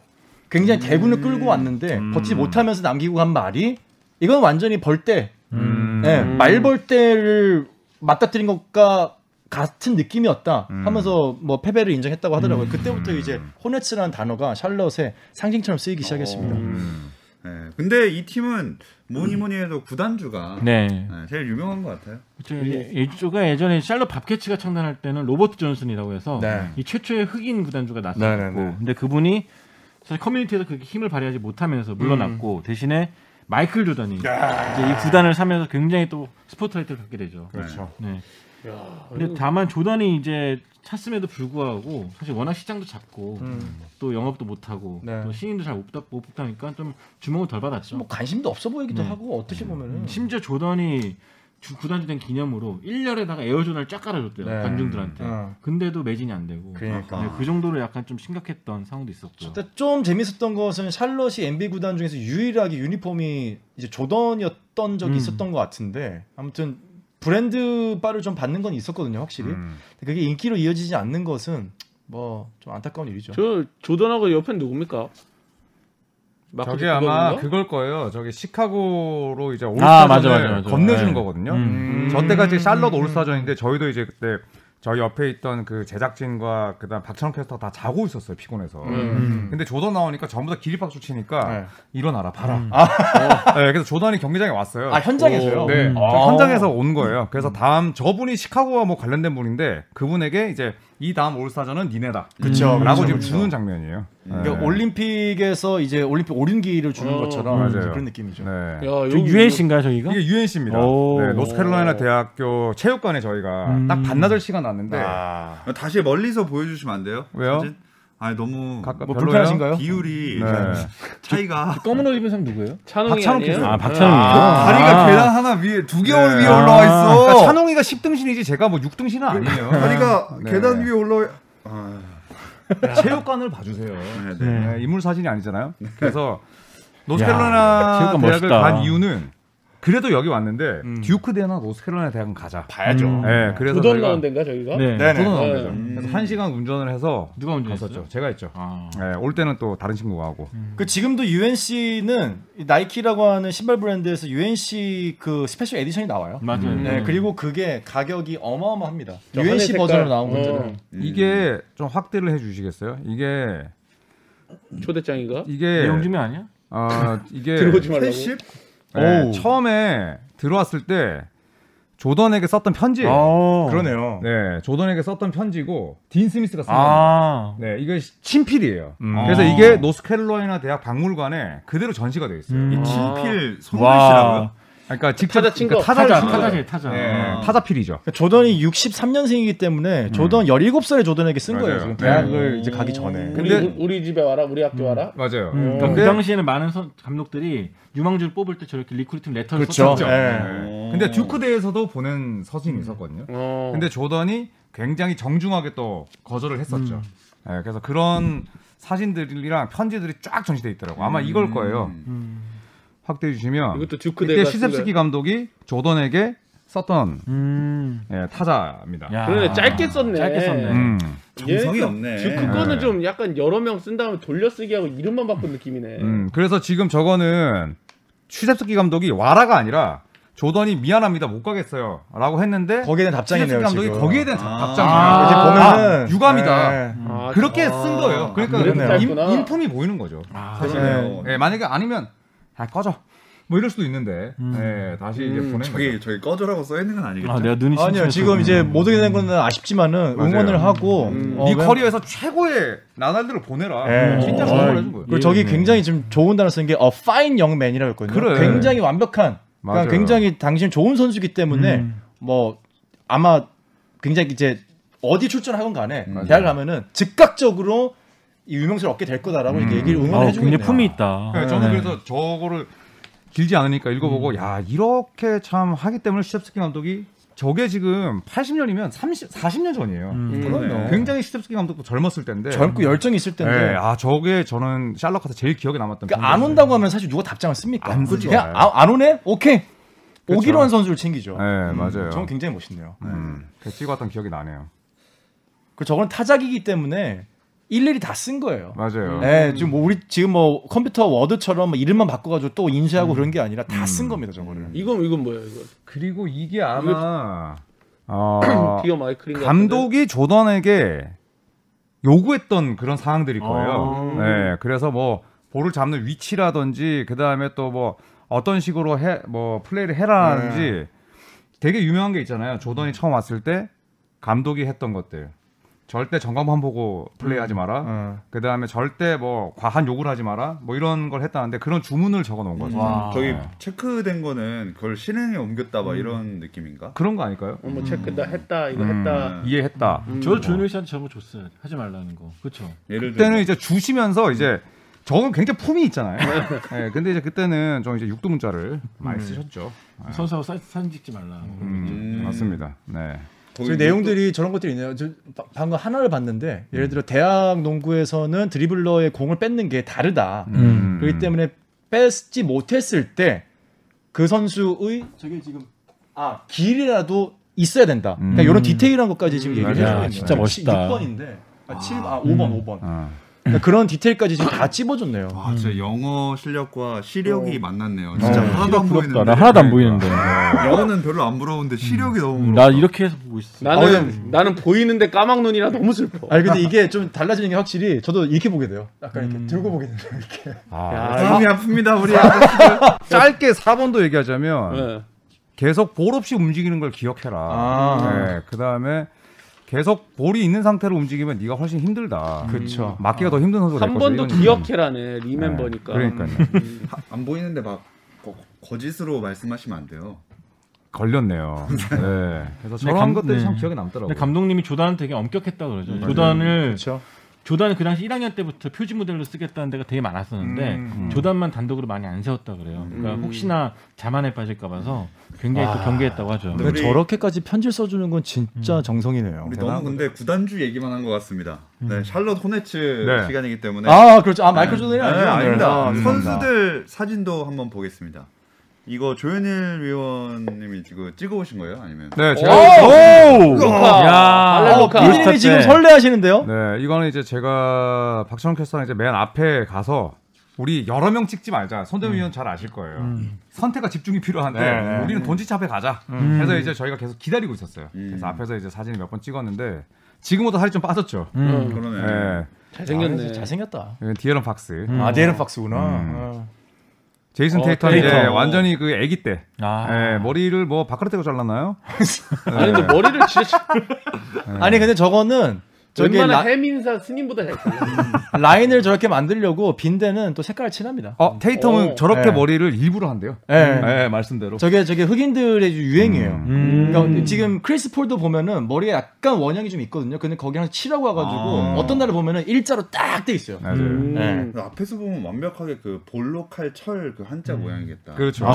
Speaker 7: 굉장히 대군을 끌고 왔는데 버티지 못하면서 남기고 간 말이 이건 완전히 벌떼,
Speaker 2: 음.
Speaker 7: 예, 말벌떼를 맞닥뜨린 것과 같은 느낌이었다 하면서 뭐 패배를 인정했다고 하더라고요. 그때부터 이제 호네츠라는 단어가 샬럿의 상징처럼 쓰이기 시작했습니다.
Speaker 2: 음.
Speaker 1: 네. 근데 이 팀은 뭐니 뭐니 해도 구단주가
Speaker 5: 네.
Speaker 1: 네, 제일 유명한 것 같아요.
Speaker 5: 그쵸, 이제 이쪽에 예, 예전에 샬럿 밥캐치가 창단할 때는 로버트 존슨이라고 해서
Speaker 7: 네.
Speaker 5: 이 최초의 흑인 구단주가
Speaker 7: 네, 네, 네.
Speaker 5: 났었고 근데 그분이 사실 커뮤니티에서 그렇게 힘을 발휘하지 못하면서 물러났고 대신에 마이클 조던이 이제 이 구단을 사면서 굉장히 또 스포트라이트를 갖게 되죠.
Speaker 1: 그렇죠.
Speaker 5: 네.
Speaker 3: 야,
Speaker 5: 근데 다만 조단이 이제 찼음에도 불구하고 사실 워낙 시장도 작고 또 영업도 못하고
Speaker 7: 음. 네.
Speaker 5: 또 신인도 잘 못, 뽑다, 못 뽑다니까 좀 주목을 덜 받았죠.
Speaker 7: 뭐 관심도 없어
Speaker 2: 음.
Speaker 7: 보이기도
Speaker 5: 네.
Speaker 7: 하고 어떻게 보면은
Speaker 5: 심지어 조던이 주- 구단주된 기념으로 1열에다가 에어존을 쫙 깔아줬대요
Speaker 7: 네.
Speaker 5: 관중들한테.
Speaker 2: 음.
Speaker 7: 어.
Speaker 5: 근데도 매진이 안 되고.
Speaker 7: 그러니까.
Speaker 5: 네, 그 정도로 약간 좀 심각했던 상황도 있었고요.
Speaker 2: 음.
Speaker 7: 근데 좀 재밌었던 것은 샬럿이 NBA 구단 중에서 유일하게 유니폼이 이제 조던이었던 적이
Speaker 5: 음.
Speaker 7: 있었던 것 같은데 아무튼 브랜드 바를 좀 받는 건 있었거든요 확실히
Speaker 2: 음.
Speaker 7: 근데 그게 인기로 이어지지 않는 것은 뭐 좀 안타까운 일이죠
Speaker 3: 저 조던하고 옆에 누굽니까? 마크
Speaker 2: 저게 아마
Speaker 3: 주커버그인가?
Speaker 2: 그걸 거예요. 저기 시카고로 이제 올스타전을
Speaker 5: 맞아, 맞아, 맞아.
Speaker 2: 건네주는
Speaker 5: 네.
Speaker 2: 거거든요.
Speaker 5: 음.
Speaker 2: 저 때가 이제 샬럿 올스타전인데 저희도 이제 그때 저희 옆에 있던 그 제작진과 그다음 박찬호 캐스터 다 자고 있었어요 피곤해서.
Speaker 7: 음.
Speaker 2: 근데 조던 나오니까 전부 다 기립박수 치니까
Speaker 7: 네. 음.
Speaker 2: 일어나라 봐라. 어. 네, 그래서 조던이 경기장에 왔어요.
Speaker 7: 아 현장에서요
Speaker 2: 네,
Speaker 7: 음.
Speaker 2: 저
Speaker 7: 아.
Speaker 2: 현장에서 온 거예요. 그래서 다음 저분이 시카고와 뭐 관련된 분인데 그분에게 이제 이 다음 올스타전은 니네다.
Speaker 7: 그쵸,
Speaker 2: 라고
Speaker 7: 그쵸,
Speaker 2: 지금
Speaker 7: 그쵸.
Speaker 2: 주는 장면이에요.
Speaker 7: 그러니까
Speaker 2: 네.
Speaker 7: 올림픽에서 이제 올림픽 오륜기를 주는
Speaker 3: 어,
Speaker 7: 것처럼
Speaker 2: 맞아요.
Speaker 7: 그런 느낌이죠
Speaker 2: 네.
Speaker 3: 야,
Speaker 5: 저
Speaker 3: 여기
Speaker 5: UNC인가 저기가?
Speaker 2: 이게 UNC입니다.
Speaker 5: 오.
Speaker 2: 네, 노스캐롤라이나 대학교 체육관에 저희가
Speaker 5: 음.
Speaker 2: 딱 반나절 시간 났는데
Speaker 7: 아,
Speaker 3: 아, 그
Speaker 1: 아, 다시 멀리서 보여주시면 안 돼요?
Speaker 2: 왜요?
Speaker 1: 사진? 아니 너무
Speaker 2: 가까
Speaker 7: 뭐
Speaker 2: 별로예요?
Speaker 7: 불편하신가요?
Speaker 1: 비율이
Speaker 2: 네.
Speaker 1: 차이가
Speaker 5: 검은 옷 입은 사람 누구예요?
Speaker 3: 찬홍이
Speaker 2: 박찬욱
Speaker 3: 아니에요?
Speaker 2: 기자.
Speaker 5: 아 박찬웅이요. 아,
Speaker 1: 다리가 계단 하나 위에 두 개
Speaker 2: 아. 네.
Speaker 1: 위에
Speaker 7: 아.
Speaker 1: 올라와 있어. 그
Speaker 2: 그러니까 찬홍이가 10등신이지 제가 뭐 6등신은 아니에요.
Speaker 1: 다리가
Speaker 2: 네.
Speaker 1: 계단 위에 올라와. 아,
Speaker 7: 그러니까.
Speaker 2: 체육관을 봐주세요.
Speaker 1: 네, 네.
Speaker 5: 네.
Speaker 2: 네, 인물 사진이 아니잖아요. 그래서
Speaker 5: 야, 체육관
Speaker 2: 노스캐롤라이나 대학을
Speaker 5: 멋있다.
Speaker 2: 간 이유는 그래도 여기 왔는데 듀크 대나 노스캐롤라이나 대학은 가자.
Speaker 5: 봐야죠.
Speaker 2: 예, 네, 그래서
Speaker 3: 두돈
Speaker 2: 저희가-
Speaker 3: 나온 데인가 저희가?
Speaker 5: 음. 네.
Speaker 2: 두 돈 나온
Speaker 3: 네.
Speaker 2: 데죠. 그래서 한 시간 운전을 해서
Speaker 5: 누가 운전했어요?
Speaker 2: 갔었죠. 제가 했죠.
Speaker 5: 아.
Speaker 2: 예, 올 때는 또 다른 친구가 하고.
Speaker 7: 그 지금도 UNC는 나이키라고 하는 신발 브랜드에서 UNC 그 스페셜 에디션이 나와요.
Speaker 5: 맞아요.
Speaker 7: 네, 그리고 그게 가격이 어마어마합니다.
Speaker 3: 저 하늘
Speaker 7: UNC
Speaker 3: 색깔.
Speaker 7: 버전으로 나온
Speaker 3: 어,
Speaker 7: 건데
Speaker 1: 음.
Speaker 2: 이게 좀 확대를 해주시겠어요? 이게
Speaker 3: 초대장인가?
Speaker 2: 이게
Speaker 5: 내용준이 아니야?
Speaker 2: 아 이게
Speaker 3: 들어오지 말라고.
Speaker 1: 80?
Speaker 2: 예,
Speaker 7: 오우.
Speaker 2: 처음에 들어왔을 때 조던에게 썼던 편지.
Speaker 5: 아.
Speaker 7: 그러네요.
Speaker 2: 네, 조던에게 썼던 편지고 딘 스미스가 쓴 겁니다.
Speaker 5: 아.
Speaker 2: 네, 이거 친필이에요.
Speaker 5: 음.
Speaker 2: 그래서
Speaker 5: 아.
Speaker 2: 이게 노스캐롤라이나 대학 박물관에 그대로 전시가 되어 있어요.
Speaker 5: 음.
Speaker 1: 이
Speaker 5: 아.
Speaker 1: 친필
Speaker 5: 와.
Speaker 1: 손글씨라고요?
Speaker 2: 그러니까 직접
Speaker 3: 타자 친 거.
Speaker 2: 그러니까 타자를
Speaker 5: 타자
Speaker 2: 친 거예요.
Speaker 5: 타자지 음. 타자.
Speaker 2: 네, 타자필이죠.
Speaker 7: 그러니까 조던이 63년생이기 때문에 조던 17살에 조던에게 쓴
Speaker 2: 맞아요.
Speaker 7: 거예요. 지금
Speaker 2: 네.
Speaker 7: 대학을 이제 가기 전에.
Speaker 3: 우리,
Speaker 2: 근데-
Speaker 3: 우리 집에 와라. 우리 학교 와라.
Speaker 2: 맞아요.
Speaker 5: 음, 그러니까
Speaker 2: 근데-
Speaker 5: 그 당시에는 많은 선- 감독들이 유망주를 뽑을 때 저렇게 리크루팅 레터를
Speaker 7: 그렇죠.
Speaker 5: 썼죠.
Speaker 7: 예.
Speaker 1: 어.
Speaker 2: 네. 근데 듀크 대에서도 보낸 서신이 있었거든요.
Speaker 3: 어.
Speaker 2: 근데 조던이 굉장히 정중하게 또 거절을 했었죠.
Speaker 5: 음.
Speaker 2: 네, 그래서 그런 사진들이랑 편지들이 쫙 전시돼 있더라고. 요 아마
Speaker 5: 음.
Speaker 1: 음.
Speaker 2: 이걸 거예요. 확대해 주시면
Speaker 3: 이것도 듀크
Speaker 2: 그때
Speaker 3: 대가
Speaker 2: 시셉스키 감독이 조던에게 썼던
Speaker 5: 음.
Speaker 2: 예, 타자입니다.
Speaker 5: 야.
Speaker 3: 그러네 짧게 썼네.
Speaker 5: 아, 짧게 썼네.
Speaker 2: 음.
Speaker 1: 정성이 없네.
Speaker 3: 예, 그 듀크 거는 좀 약간 여러 명 쓴 다음에 돌려쓰기하고 이름만 바꾼
Speaker 7: 예.
Speaker 3: 느낌이네.
Speaker 2: 음, 그래서 지금 저거는 시셉스키 감독이 와라가 아니라 조던이 미안합니다 못 가겠어요라고 했는데
Speaker 7: 거기에 대한
Speaker 2: 시셉스키
Speaker 7: 답장이네요.
Speaker 2: 감독이
Speaker 7: 지금.
Speaker 2: 거기에 대한
Speaker 1: 아.
Speaker 2: 답장이에요.
Speaker 5: 아,
Speaker 7: 이제 보면은
Speaker 2: 아, 유감이다.
Speaker 7: 네.
Speaker 3: 아,
Speaker 2: 그렇게
Speaker 3: 아,
Speaker 2: 쓴 거예요. 그러니까
Speaker 3: 그래도
Speaker 2: 인-
Speaker 3: 짧구나.
Speaker 2: 인품이 보이는 거죠.
Speaker 7: 어.
Speaker 5: 아,
Speaker 1: 어, 그러네요.
Speaker 2: 예, 만약에 아니면 아 꺼져 뭐 이럴 수도 있는데 예, 다시 이제
Speaker 3: 음,
Speaker 2: 보낸 거죠.
Speaker 1: 저기 저기 꺼져라고 써 있는 건 아니겠죠?
Speaker 2: 네.
Speaker 5: 아, 내가 눈이
Speaker 7: 아니요
Speaker 5: 침침해서
Speaker 7: 지금 이제 못 오게 된 거는 아쉽지만은 응원을 하고 어,
Speaker 2: 네
Speaker 7: 왜-
Speaker 2: 커리어에서 최고의 나날들을 보내라.
Speaker 7: 예.
Speaker 2: 아, 네. 진짜
Speaker 7: 어.
Speaker 2: 정말 해준 거예요.
Speaker 7: 그리고 저기 굉장히 지금 좋은 단어 쓰는 게 a fine young man이라고 했거든요.
Speaker 2: 그래.
Speaker 7: 굉장히 완벽한.
Speaker 2: 맞아요. 음.
Speaker 7: 그러니까 굉장히 당신 좋은 선수기 때문에 뭐 아마 굉장히 이제 어디 출전하건 간에
Speaker 2: 음.
Speaker 7: 대학 가면은 즉각적으로 이 유명세를 얻게 될 거다라고
Speaker 2: 음.
Speaker 7: 이렇게 얘기를 응원해
Speaker 5: 아우,
Speaker 7: 주고
Speaker 5: 굉장히
Speaker 7: 있네요. 음.
Speaker 5: 품이 있다.
Speaker 2: 그러니까 저는 그래서 저거를 길지 않으니까 읽어보고 야 이렇게 참 하기 때문에 시셉스키 감독이 저게 지금 80년이면 30, 40년 전이에요.
Speaker 1: 그럼요.
Speaker 2: 굉장히 시셉스키 감독도 젊었을 때인데.
Speaker 7: 음. 네. 젊고 열정이 있을 텐데
Speaker 2: 예, 아 저게 저는 샬럿에서 제일 기억에 남았던.
Speaker 7: 그러니까 안 온다고 하면 사실 누가 답장을 씁니까?
Speaker 2: 안 쓰죠.
Speaker 7: 그냥 아, 안 오네? 오케이. 오기로 한 선수를 챙기죠.
Speaker 2: 예, 맞아요.
Speaker 7: 저는 굉장히 멋있네요.
Speaker 2: 음, 그 찍어왔던 기억이 나네요.
Speaker 7: 그 저건 타작이기 때문에 일일이 다 쓴 거예요.
Speaker 2: 맞아요.
Speaker 7: 네, 지금 뭐 우리 지금 뭐 컴퓨터 워드처럼 뭐 이름만 바꿔가지고 또 인쇄하고 그런 게 아니라 다 쓴 겁니다 저거를.
Speaker 3: 이건 이건 뭐야 이거?
Speaker 2: 그리고 이게 아마 어,
Speaker 3: 디어 마이클인 것
Speaker 2: 감독이 조던에게 요구했던 그런 사항들일 거예요.
Speaker 3: 아.
Speaker 2: 네, 그래서 뭐 볼을 잡는 위치라든지 그 다음에 또 뭐 어떤 식으로 해 뭐 플레이를 해라든지
Speaker 3: 네.
Speaker 2: 되게 유명한 게 있잖아요. 조던이 처음 왔을 때 감독이 했던 것들. 절대 정감만 보고 플레이하지
Speaker 3: 음.
Speaker 2: 마라.
Speaker 7: 어.
Speaker 2: 그 다음에 절대 뭐 과한 욕을 하지 마라. 뭐 이런 걸 했다는데 그런 주문을 적어 놓은
Speaker 3: 음.
Speaker 2: 거죠. 아,
Speaker 5: 와.
Speaker 1: 저기 음. 체크된 거는 그걸 실행에 옮겼다
Speaker 2: 음.
Speaker 1: 막 이런 느낌인가?
Speaker 2: 그런 거 아닐까요?
Speaker 3: 어뭐 체크다 했다 음. 이거
Speaker 2: 음.
Speaker 3: 했다.
Speaker 2: 이해했다.
Speaker 5: 저도 조현우 씨한테 저런 거 줬어요. 하지 말라는 거. 그렇죠.
Speaker 1: 예를
Speaker 2: 그때는
Speaker 1: 들면
Speaker 2: 이제 주시면서 이제
Speaker 3: 음.
Speaker 2: 저건 굉장히 품이 있잖아요.
Speaker 3: 네.
Speaker 2: 예, 근데 이제 그때는 좀 이제 육두 문자를 많이
Speaker 3: 음.
Speaker 2: 쓰셨죠.
Speaker 5: 선수하고 사- 사진 찍지 말라.
Speaker 2: 음, 맞습니다. 네.
Speaker 1: 거기
Speaker 7: 저희 내용들이 저런 것들이 있네요. 저 바- 방금 하나를 봤는데 예를 들어 대학 농구에서는 드리블러의 공을 뺏는 게 다르다.
Speaker 2: 음.
Speaker 7: 그렇기 때문에 뺏지 못했을 때 그 선수의 저게 지금 아 길이라도 있어야 된다. 그러니까 이런 디테일한 것까지 지금 얘기를
Speaker 2: 맞아요.
Speaker 7: 해주고 있네요.
Speaker 5: 진짜 멋있다.
Speaker 7: 음. 6번인데 아, 7, 아 5번, 5번.
Speaker 2: 아.
Speaker 7: 그러니까 그런 디테일까지 지금 다 찝어줬네요.
Speaker 1: 아, 진짜
Speaker 5: 음.
Speaker 1: 영어 실력과 시력이
Speaker 7: 어. 음.
Speaker 1: 만났네요. 진짜 하나도 안 보이는데. 네.
Speaker 5: 부럽다.
Speaker 7: 네.
Speaker 5: 나 하나도
Speaker 1: 그러니까.
Speaker 5: 안 보이는데.
Speaker 1: 영어는 별로 안 부러운데 시력이 너무 부러워.
Speaker 5: 나 이렇게 해서 보고 있어.
Speaker 3: 나는 나는 보이는데 까막눈이라 너무
Speaker 1: 뭐.
Speaker 3: 슬퍼.
Speaker 7: 아니 근데 이게 좀 달라지는 게 확실히 저도 이렇게 보게 돼요. 약간 이렇게 들고 보게 돼요. 이렇게.
Speaker 3: 아.
Speaker 1: 마음이 아픕니다, 우리.
Speaker 2: 짧게 4번도 얘기하자면
Speaker 3: 네.
Speaker 2: 계속 볼 없이 움직이는 걸 기억해라.
Speaker 3: 아.
Speaker 2: 네. 그다음에 계속 볼이 있는 상태로 움직이면 네가 훨씬 힘들다.
Speaker 7: 그쵸.
Speaker 2: 맞기가 더 힘든 선수가 될
Speaker 3: 아. 한
Speaker 2: 것이다.
Speaker 3: 번도
Speaker 2: 이건
Speaker 3: 기억해라네
Speaker 2: 네,
Speaker 3: 리멤버니까.
Speaker 2: 그러니까요.
Speaker 1: 안 보이는데 막 거, 거짓으로 말씀하시면 안 돼요.
Speaker 2: 걸렸네요. 네. 그래서
Speaker 5: 네,
Speaker 2: 저런
Speaker 5: 감-
Speaker 2: 것들이
Speaker 5: 네.
Speaker 2: 참 기억에 남더라고요.
Speaker 5: 근데 감독님이 조단한테 되게 엄격했다 그러죠. 조단을
Speaker 7: 그렇죠.
Speaker 5: 조단은 그 당시 1학년 때부터 표지 모델로 쓰겠다는 데가 되게 많았었는데 조단만 단독으로 많이 안 세웠다 그래요. 그러니까 혹시나 자만에 빠질까 봐서 굉장히 또 경계했다고 하죠.
Speaker 7: 네.
Speaker 1: 근데 우리-
Speaker 7: 저렇게까지 편지 써주는 건 진짜 정성이네요.
Speaker 1: 우리 너무 근데 구단주 얘기만 한 것 같습니다.
Speaker 5: 음.
Speaker 1: 네, 샬럿 호네츠
Speaker 2: 네.
Speaker 1: 시간이기 때문에
Speaker 7: 아 그렇죠. 아 마이클 조던이
Speaker 1: 네,
Speaker 7: 아니죠.
Speaker 5: 음.
Speaker 1: 아닙니다.
Speaker 7: 아, 죄송합니다.
Speaker 1: 선수들 사진도 한번 보겠습니다. 이거 조현일 위원님이 지금 찍어오신 거예요? 아니면
Speaker 2: 네, 제가
Speaker 7: 오!
Speaker 1: 어,
Speaker 5: 야,
Speaker 7: 아, 피디님이 지금 설레하시는데요?
Speaker 2: 네, 이거는 이제 제가 박찬욱 캐스터랑 이제 맨 앞에 가서 우리 여러 명 찍지 말자. 손대문 위원 잘 아실 거예요. 선택과 집중이 필요한데
Speaker 4: 네, 네.
Speaker 2: 우리는 돈지치 앞에 가자. 그래서 이제 저희가 계속 기다리고 있었어요. 그래서 앞에서 이제 사진을 몇 번 찍었는데 지금보다 살이 좀 빠졌죠.
Speaker 3: 음.
Speaker 1: 그러네.
Speaker 2: 네,
Speaker 3: 잘생겼네.
Speaker 7: 아, 잘생겼다. 음.
Speaker 2: 이건 디에런 박스,
Speaker 7: 아, 데이런 박스구나.
Speaker 2: 제이슨
Speaker 3: 어,
Speaker 2: 테이터 이제
Speaker 3: 테이터.
Speaker 2: 완전히 그 아기 때
Speaker 5: 아.
Speaker 2: 네, 머리를 뭐 바깥으로 대고 잘랐나요?
Speaker 3: 아니 근데 머리를 진짜
Speaker 7: 아니, 근데 저거는 저기
Speaker 3: 웬만한
Speaker 7: 라,
Speaker 3: 해민사 스님보다 잘생겼어.
Speaker 7: 라인을 저렇게 만들려고 빈대는 또 색깔을 칠합니다.
Speaker 2: 어, 테이텀은
Speaker 3: 오.
Speaker 2: 저렇게
Speaker 7: 네.
Speaker 2: 머리를 일부러 한대요.
Speaker 7: 예.
Speaker 2: 네, 말씀대로.
Speaker 7: 저게 저게 흑인들의 유행이에요.
Speaker 5: 음.
Speaker 7: 그러니까 지금 크리스 폴도 보면은 머리에 약간 원형이 좀 있거든요. 근데 거기 항상 칠하고 와가지고 어떤 날을 보면은 일자로 딱 돼 있어요.
Speaker 2: 맞아요.
Speaker 3: 음.
Speaker 7: 네.
Speaker 1: 근데 그러니까 앞에서 보면 완벽하게 그 볼록 칼철 그 한자 모양이겠다. 네.
Speaker 2: 그렇죠.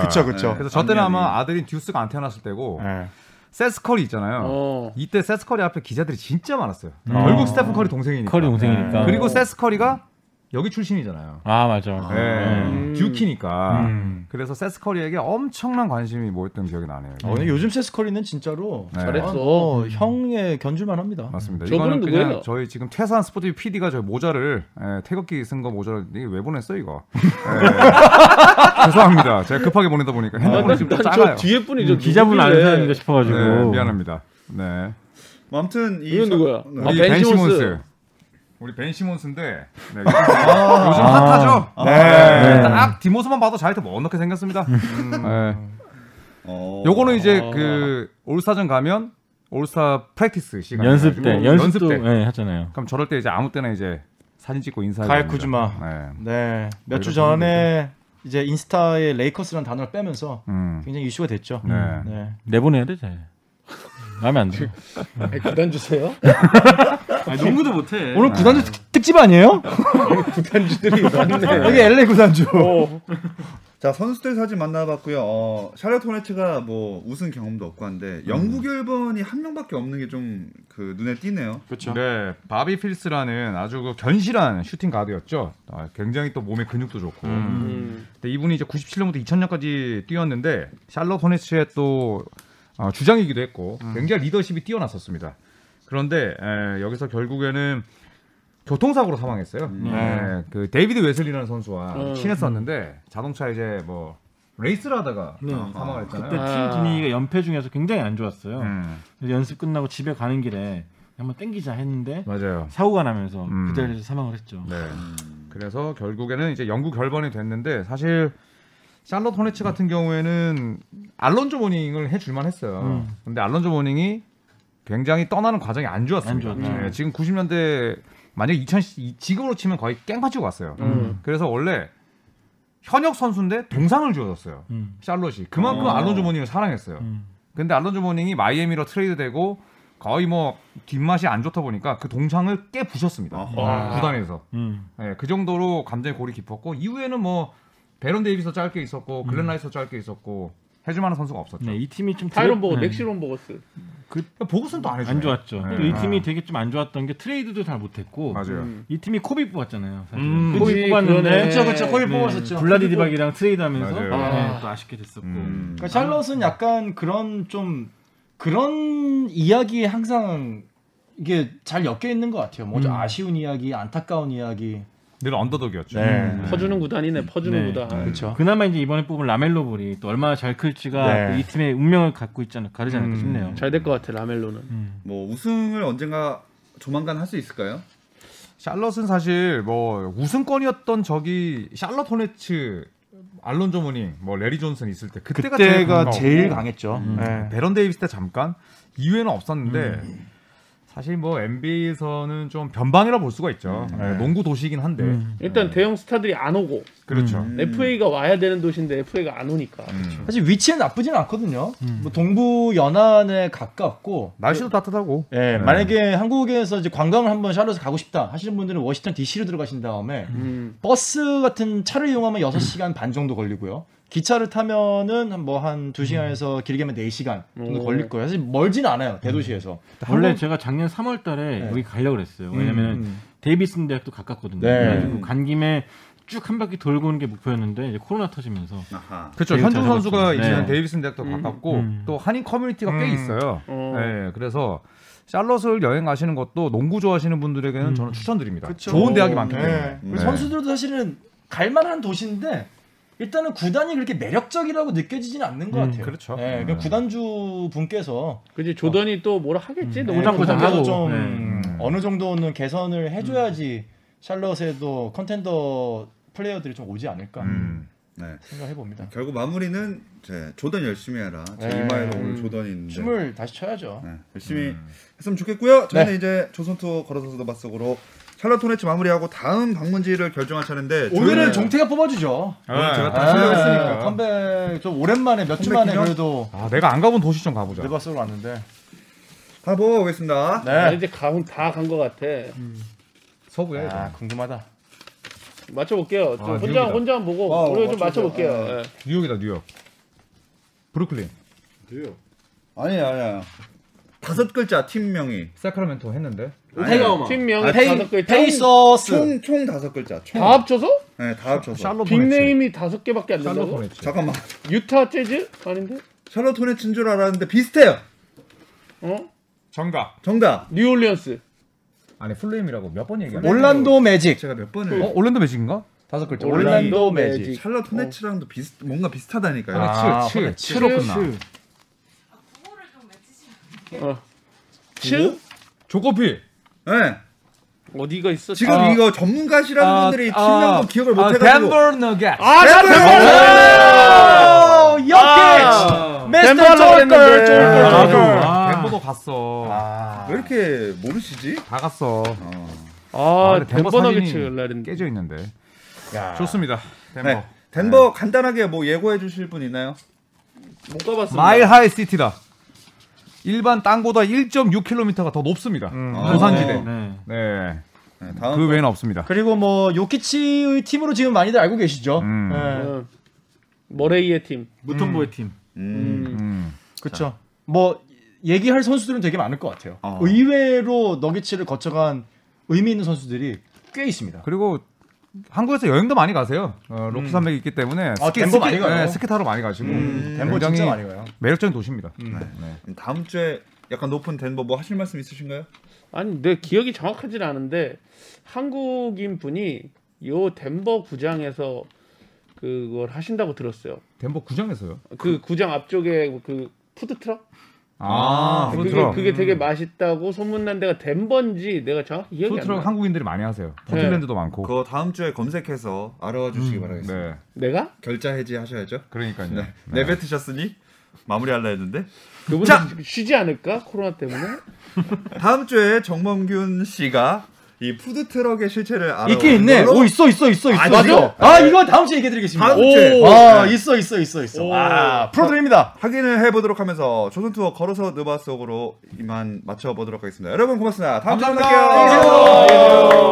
Speaker 7: 그쵸
Speaker 1: 그쵸.
Speaker 2: 그래서 저 때는
Speaker 1: 당연히.
Speaker 2: 아마 예. 아들인 듀스가 안 태어났을 때고 세스커리 있잖아요.
Speaker 3: 어.
Speaker 2: 이때 세스커리 앞에 기자들이 진짜 많았어요. 결국 스테픈 커리 동생이니까. 네.
Speaker 5: 커리 동생이니까.
Speaker 2: 그러니까. 그리고 세스커리가 여기 출신이잖아요. 음.
Speaker 5: 아 맞아.
Speaker 2: 예, 듀키니까. 그래서 세스커리에게 엄청난 관심이 모였던 기억이 나네요.
Speaker 7: 어, 근데 요즘 세스커리는 진짜로
Speaker 2: 네.
Speaker 3: 잘했어.
Speaker 7: 어, 형의 견줄만 합니다.
Speaker 2: 맞습니다.
Speaker 3: 저분은
Speaker 2: 이거는 그냥
Speaker 3: 누구예요?
Speaker 2: 저희 지금 퇴사한 스포티비 PD가 저희 모자를 예, 태극기 쓴 거 모자를 이게 왜 보냈어 이거? 예. 죄송합니다. 제가 급하게 보내다 보니까 핸드폰이 지금 또
Speaker 3: 아, 난저
Speaker 2: 작아요.
Speaker 3: 뒤에 분이 저
Speaker 5: 음, 기자분 안
Speaker 3: 누구길래.
Speaker 5: 사는가 싶어가지고.
Speaker 2: 네, 미안합니다. 네.
Speaker 1: 뭐 아무튼 이
Speaker 3: 이건
Speaker 1: 사-
Speaker 3: 누구야?
Speaker 1: 네.
Speaker 3: 아,
Speaker 2: 우리
Speaker 3: 벤
Speaker 2: 벤
Speaker 3: 시몬스.
Speaker 2: 시몬스. 우리 벤 시몬스인데 네, 요즘, 요즘 핫하죠. 아. 네. 딱 뒷모습만 봐도 자이트 뭐 어떻게 생겼습니다. 네.
Speaker 1: 어.
Speaker 2: 요거는 이제 그 올스타전 가면 올스타 프랙티스 시간
Speaker 5: 연습 때
Speaker 2: 연습,
Speaker 5: 연습도
Speaker 2: 때. 네.
Speaker 5: 예, 하잖아요.
Speaker 2: 그럼 저럴 때 이제 아무 때나 이제 사진 찍고 인사하고.
Speaker 7: 가을
Speaker 2: 합니다.
Speaker 7: 쿠즈마.
Speaker 2: 네.
Speaker 7: 네, 몇 주
Speaker 2: 이런
Speaker 7: 전에 이제 인스타에 레이커스라는 단어를 빼면서
Speaker 2: 음.
Speaker 7: 굉장히 이슈가 됐죠.
Speaker 2: 네.
Speaker 7: 네.
Speaker 5: 내보내야 돼. 쟤. 마음에 안 들어.
Speaker 3: 아, 구단 주세요.
Speaker 5: 농구도 못해.
Speaker 7: 오늘 구단주 특- 특집 아니에요?
Speaker 3: 구단주들이 많네.
Speaker 7: 여기 LA 구단주.
Speaker 1: 자 선수들 사진 만나봤고요. 어, 샬럿 호네츠가 뭐 우승 경험도 없고 한데
Speaker 2: 음.
Speaker 1: 영국 1번이 한 명밖에 없는 게 좀 그 눈에 띄네요.
Speaker 2: 그렇죠. 네, 바비 필스라는 아주 그 견실한 슈팅 가드였죠. 아, 굉장히 또 몸의 근육도 좋고.
Speaker 3: 음.
Speaker 2: 근데 이분이 이제 97년부터 2000년까지 뛰었는데 샬럿 호네츠의 또 어, 주장이기도 했고
Speaker 5: 음.
Speaker 2: 굉장히 리더십이 뛰어났었습니다. 그런데 에, 여기서 결국에는 교통사고로 사망했어요.
Speaker 5: 음. 네.
Speaker 2: 예, 그 데이비드 웨슬리라는 선수와
Speaker 3: 음.
Speaker 2: 친했었는데 자동차 이제 뭐 레이스를 하다가 사망을 했잖아요.
Speaker 5: 네. 그때
Speaker 3: 아.
Speaker 5: 팀 분위기가 연패 중에서 굉장히 안 좋았어요.
Speaker 2: 음,
Speaker 5: 그래서 연습 끝나고 집에 가는 길에 한번 땡기자 했는데
Speaker 2: 맞아요.
Speaker 5: 사고가 나면서
Speaker 2: 음.
Speaker 5: 그 자리에서 사망을 했죠.
Speaker 2: 네. 그래서 결국에는 이제 영구 결번이 됐는데 사실 샬럿 호네츠 같은 경우에는 알론조 모닝을 해줄만 했어요.
Speaker 5: 음.
Speaker 2: 근데 알론조 모닝이 굉장히 떠나는 과정이 안 좋았습니다.
Speaker 5: 안 좋았죠.
Speaker 2: 네, 지금 90년대 만약 2000 시- 지금으로 치면 거의 깽파치고 갔어요.
Speaker 3: 음.
Speaker 2: 그래서 원래 현역 선수인데 동상을 주었어요.
Speaker 5: 음.
Speaker 2: 샬롯이 그만큼
Speaker 1: 어.
Speaker 2: 알론조 모닝을 사랑했어요.
Speaker 5: 음.
Speaker 2: 근데 알론조 모닝이 마이애미로 트레이드되고 거의 뭐 뒷맛이 안 좋다 보니까 그 동상을 깨 부셨습니다.
Speaker 1: 아하.
Speaker 2: 구단에서.
Speaker 5: 음.
Speaker 2: 예, 그 정도로 감정이 골이 깊었고 이후에는 뭐 베론 데이비스 짧게 있었고 글렌 라이서 짧게 있었고 해줄만한 선수가 없었죠. 그러니까
Speaker 5: 네, 이 팀이 좀
Speaker 3: 타이론
Speaker 5: 드럽-
Speaker 3: 보고
Speaker 5: 네.
Speaker 3: 넥시론 보고스.
Speaker 2: 보고선 또안 해줘.
Speaker 5: 안 좋았죠.
Speaker 2: 네.
Speaker 5: 그리고 이
Speaker 2: 아.
Speaker 5: 팀이 되게 좀 안 좋았던 게 트레이드도 잘 못했고
Speaker 2: 맞아요.
Speaker 5: 이 팀이 코비 뽑았잖아요. 사실.
Speaker 2: 음.
Speaker 5: 코비
Speaker 3: 그치,
Speaker 5: 뽑았는데
Speaker 3: 그러네. 그쵸, 그쵸.
Speaker 7: 거의
Speaker 5: 블라디디박이랑 트레이드하면서
Speaker 2: 맞아요.
Speaker 5: 네, 또 아쉽게 됐었고.
Speaker 1: 음.
Speaker 7: 그러니까 샬럿은 약간 그런 좀 그런 이야기에 항상 이게 잘 엮여 있는 것 같아요. 뭐좀 아쉬운 이야기, 안타까운 이야기.
Speaker 2: 늘 언더독이었죠. 음.
Speaker 7: 네.
Speaker 3: 퍼주는 구단이네. 퍼주는
Speaker 5: 네.
Speaker 3: 구단.
Speaker 7: 그렇죠.
Speaker 5: 그나마 이제 이번에 뽑은 라멜로볼이 또 얼마나 잘 클지가
Speaker 7: 네.
Speaker 5: 또이 팀의 운명을 갖고 있잖아 가르지
Speaker 2: 음.
Speaker 5: 않을까 싶네요.
Speaker 3: 잘 될 것 같아 라멜로는.
Speaker 1: 뭐 우승을 언젠가 조만간 할 수 있을까요?
Speaker 2: 샬럿은 사실 뭐 우승권이었던 적이 샬럿 호네츠, 알론조 모닝, 뭐 레리 존슨 있을 때 그때가,
Speaker 7: 그때가
Speaker 2: 강하고
Speaker 7: 제일 강했죠. 네.
Speaker 2: 베런 데이비스 때 잠깐 이후에는 없었는데 사실 뭐 NBA에서는 좀 변방이라 볼 수가 있죠. 예, 농구 도시이긴 한데
Speaker 3: 일단 대형 스타들이 안 오고
Speaker 2: 그렇죠.
Speaker 1: 음.
Speaker 3: FA가 와야 되는 도시인데 FA가 안 오니까.
Speaker 7: 사실 위치는 나쁘진 않거든요. 뭐 동부 연안에 가깝고
Speaker 2: 날씨도 따뜻하고
Speaker 7: 예, 만약에 한국에서 이제 관광을 한번 샬럿에 가고 싶다 하시는 분들은 워싱턴 DC로 들어가신 다음에
Speaker 3: 음.
Speaker 7: 버스 같은 차를 이용하면
Speaker 2: 음.
Speaker 7: 6시간 반 정도 걸리고요. 기차를 타면은 뭐 한
Speaker 2: 음.
Speaker 7: 2시간에서 길게면 4시간 정도
Speaker 3: 오.
Speaker 7: 걸릴 거예요. 사실 멀진
Speaker 2: 음.
Speaker 7: 않아요. 대도시에서.
Speaker 5: 원래 제가 작년 3월달에
Speaker 7: 네.
Speaker 5: 여기 가려고 그랬어요. 왜냐면
Speaker 7: 음.
Speaker 5: 데이비슨 대학도 가깝거든요.
Speaker 7: 네.
Speaker 5: 그래가지고 간 김에 쭉 한 바퀴 돌고 오는 게 목표였는데 이제 코로나 터지면서
Speaker 1: 아하.
Speaker 2: 그렇죠.
Speaker 5: 제일
Speaker 2: 현중
Speaker 5: 잘
Speaker 2: 선수가
Speaker 5: 잡았죠.
Speaker 2: 이제는
Speaker 5: 네.
Speaker 2: 데이비슨 대학도
Speaker 3: 음,
Speaker 2: 가깝고
Speaker 5: 음.
Speaker 2: 또 한인 커뮤니티가 꽤
Speaker 4: 음.
Speaker 2: 있어요.
Speaker 3: 어.
Speaker 2: 네, 그래서 샬럿을 여행 가시는 것도 농구 좋아하시는 분들에게는
Speaker 5: 음.
Speaker 2: 저는 추천드립니다.
Speaker 7: 그쵸.
Speaker 2: 그러니까 좋은 대학이 많기 때문에.
Speaker 7: 네. 그리고
Speaker 1: 네.
Speaker 7: 선수들도 사실은 갈만한 도시인데 일단은 구단이 그렇게 매력적이라고 느껴지지는 않는 것 같아요.
Speaker 2: 그렇죠.
Speaker 7: 네, 그 구단주 분께서
Speaker 3: 그지 조던이 또 뭐라 하겠지
Speaker 7: 네,
Speaker 3: 농장고장하고
Speaker 7: 거기서 좀
Speaker 2: 네.
Speaker 7: 어느 정도는
Speaker 2: 음.
Speaker 7: 개선을 해줘야지 샬럿에도 컨텐더 플레이어들이 좀 오지 않을까
Speaker 2: 음.
Speaker 1: 네.
Speaker 7: 생각해 봅니다.
Speaker 1: 결국 마무리는 제 조던 열심히 해라. 제
Speaker 7: 네.
Speaker 1: 이마에도
Speaker 3: 음.
Speaker 1: 오늘 조던이 있는데.
Speaker 7: 춤을 다시 춰야죠.
Speaker 1: 네, 열심히 했으면 좋겠고요. 저희는
Speaker 7: 네.
Speaker 1: 이제 조선투어 걸어서도 맛속으로 샬럿 토네츠 마무리하고 다음 방문지를 결정할 차례인데
Speaker 7: 오늘은
Speaker 1: 저희는-
Speaker 7: 종태가 뽑아주죠.
Speaker 1: 오늘 제가
Speaker 7: 아,
Speaker 2: 네.
Speaker 1: 다 실력했으니까.
Speaker 7: 컴백 좀 오랜만에 몇 주
Speaker 1: 컴백
Speaker 7: 만에
Speaker 1: 기념?
Speaker 7: 그래도
Speaker 2: 아, 내가 안 가본 도시 좀 가보자.
Speaker 7: 네바스로 왔는데.
Speaker 1: 하나 뽑아보겠습니다.
Speaker 3: 나
Speaker 7: 네.
Speaker 3: 이제 가운 음, 다간 것 같아
Speaker 2: 서부야.
Speaker 7: 아 궁금하다.
Speaker 3: 맞춰볼게요 좀
Speaker 2: 아,
Speaker 3: 혼자
Speaker 2: 뉴욕이다.
Speaker 3: 혼자 보고
Speaker 1: 어,
Speaker 3: 우리 좀
Speaker 1: 맞춰보세요.
Speaker 3: 맞춰볼게요
Speaker 1: 아.
Speaker 3: 예.
Speaker 2: 뉴욕이다 뉴욕. 브루클린.
Speaker 1: 아니야 아니야. 다섯 글자 팀명이
Speaker 2: 세크라멘토 했는데.
Speaker 3: 네.
Speaker 1: 아니야.
Speaker 3: 팀명이 다섯 글자
Speaker 7: 페이서스.
Speaker 1: 총, 총 다섯 글자. 총.
Speaker 3: 다 합쳐서
Speaker 1: 네, 다 합쳐서.
Speaker 2: 샬롯 보냈지.
Speaker 3: 빅네임이 다섯 개밖에 안
Speaker 2: 샬롯
Speaker 3: 된다고
Speaker 2: 보냈지.
Speaker 1: 잠깐만.
Speaker 3: 유타 재즈 아닌데
Speaker 1: 샬롯 토네츠인 줄 알았는데 비슷해요.
Speaker 3: 어
Speaker 2: 정답.
Speaker 1: 정답.
Speaker 3: 뉴올리언스
Speaker 4: 아니 플레임이라고 몇 번 얘기하는
Speaker 7: 올란도 매직.
Speaker 1: 제가 몇 번을
Speaker 2: 어, 올랜도 매직인가?
Speaker 7: 다섯 글자.
Speaker 3: 올란도
Speaker 7: 올란도
Speaker 3: 매직.
Speaker 7: 매직.
Speaker 1: 샬롯 토네츠랑도 비슷 뭔가 비슷하다니까요.
Speaker 2: 아, 칠, 칠. 칠로
Speaker 3: 칠.
Speaker 2: 끝나.
Speaker 8: 구호를 아, 좀 외치시면
Speaker 3: 어. 칠?
Speaker 2: 조코피.
Speaker 1: 네.
Speaker 3: 어디가 있어
Speaker 1: 지금
Speaker 2: 아,
Speaker 1: 이거 전문가시라는 분들이 팀명도 기억을 못 해가지고
Speaker 2: 덴버 너겟.
Speaker 3: 아, 나
Speaker 1: 덴버!
Speaker 7: 오,
Speaker 3: 아.
Speaker 7: 여기 메스터
Speaker 3: 덴버라고
Speaker 7: 쫄걸
Speaker 3: 그랬는데.
Speaker 7: 쫄걸
Speaker 3: 아,
Speaker 7: 쫄걸.
Speaker 2: 아, 덴버도 갔어.
Speaker 1: 왜 이렇게 모르시지?
Speaker 2: 다 갔어.
Speaker 3: 아,
Speaker 2: 근데
Speaker 3: 덴버 너겟츠 날인데.
Speaker 2: 깨져 있는데. 좋습니다. 덴버.
Speaker 1: 네. 덴버 간단하게 뭐 예고해 주실 분 있나요?
Speaker 3: 못 가봤습니다.
Speaker 2: 마일 하이 시티다. 일반 땅보다 1.6km가 더 높습니다. 고산지대.
Speaker 1: 아,
Speaker 5: 네.
Speaker 2: 네.
Speaker 1: 네, 다음
Speaker 2: 그 외에는 없습니다.
Speaker 7: 그리고 뭐 요키치의 팀으로 지금 많이들 알고 계시죠.
Speaker 2: 음.
Speaker 7: 예,
Speaker 3: 어. 머레이의 팀.
Speaker 5: 무통보의 팀.
Speaker 1: 음.
Speaker 2: 음.
Speaker 7: 그렇죠. 뭐 얘기할 선수들은 되게 많을 것 같아요.
Speaker 1: 어.
Speaker 7: 의외로 너기치를 거쳐간 의미 있는 선수들이 꽤 있습니다.
Speaker 2: 그리고 한국에서 여행도 많이 가세요. 어, 로크 산맥이 있기 때문에
Speaker 7: 덴버 많이 가요. 음.
Speaker 2: 네, 스키 타러 많이 가시고
Speaker 7: 덴버
Speaker 2: 굉장히
Speaker 7: 진짜 많이 가요.
Speaker 2: 매력적인 도시입니다. 네.
Speaker 1: 다음 주에 약간 높은 덴버 뭐 하실 말씀 있으신가요?
Speaker 3: 아니, 내 기억이 정확하진 않은데 한국인 분이 요 덴버 구장에서 그걸 하신다고 들었어요.
Speaker 2: 덴버 구장에서요.
Speaker 3: 그 구장 앞쪽에 그 푸드 트럭?
Speaker 2: 아,
Speaker 3: 그게
Speaker 2: 푸드트럭.
Speaker 3: 그게 되게 맛있다고 소문난 데가 덴버인지 내가 정확히 기억이 안 나.
Speaker 2: 푸드트럭 한국인들이 많이 하세요. 포틀랜드도 많고.
Speaker 1: 그거 다음 주에 검색해서 알아와 주시기 바라겠습니다.
Speaker 2: 네.
Speaker 3: 내가?
Speaker 1: 결자 해지 하셔야죠.
Speaker 2: 그러니까요.
Speaker 1: 네. 내뱉으셨으니 마무리할라 했는데
Speaker 3: 그분
Speaker 1: 자!
Speaker 3: 쉬지 않을까? 코로나 때문에?
Speaker 1: 다음 주에 정범균 씨가 이 푸드 트럭의 실체를 알아.
Speaker 7: 있긴 있네. 오 있어 있어 있어 있어.
Speaker 1: 아,
Speaker 7: 있어.
Speaker 1: 맞아?
Speaker 7: 아 이거 다음 주에 얘기해 드리겠습니다.
Speaker 1: 다음 주에.
Speaker 7: 아
Speaker 1: 네.
Speaker 7: 있어 있어 있어 있어. 아 프로드립니다.
Speaker 1: 확인을 해보도록 하면서 조선 투어 걸어서 느바 속으로 이만 마쳐보도록 하겠습니다. 여러분 고맙습니다. 다음 주에 만날게요.
Speaker 2: 감사합니다.
Speaker 1: 안녕.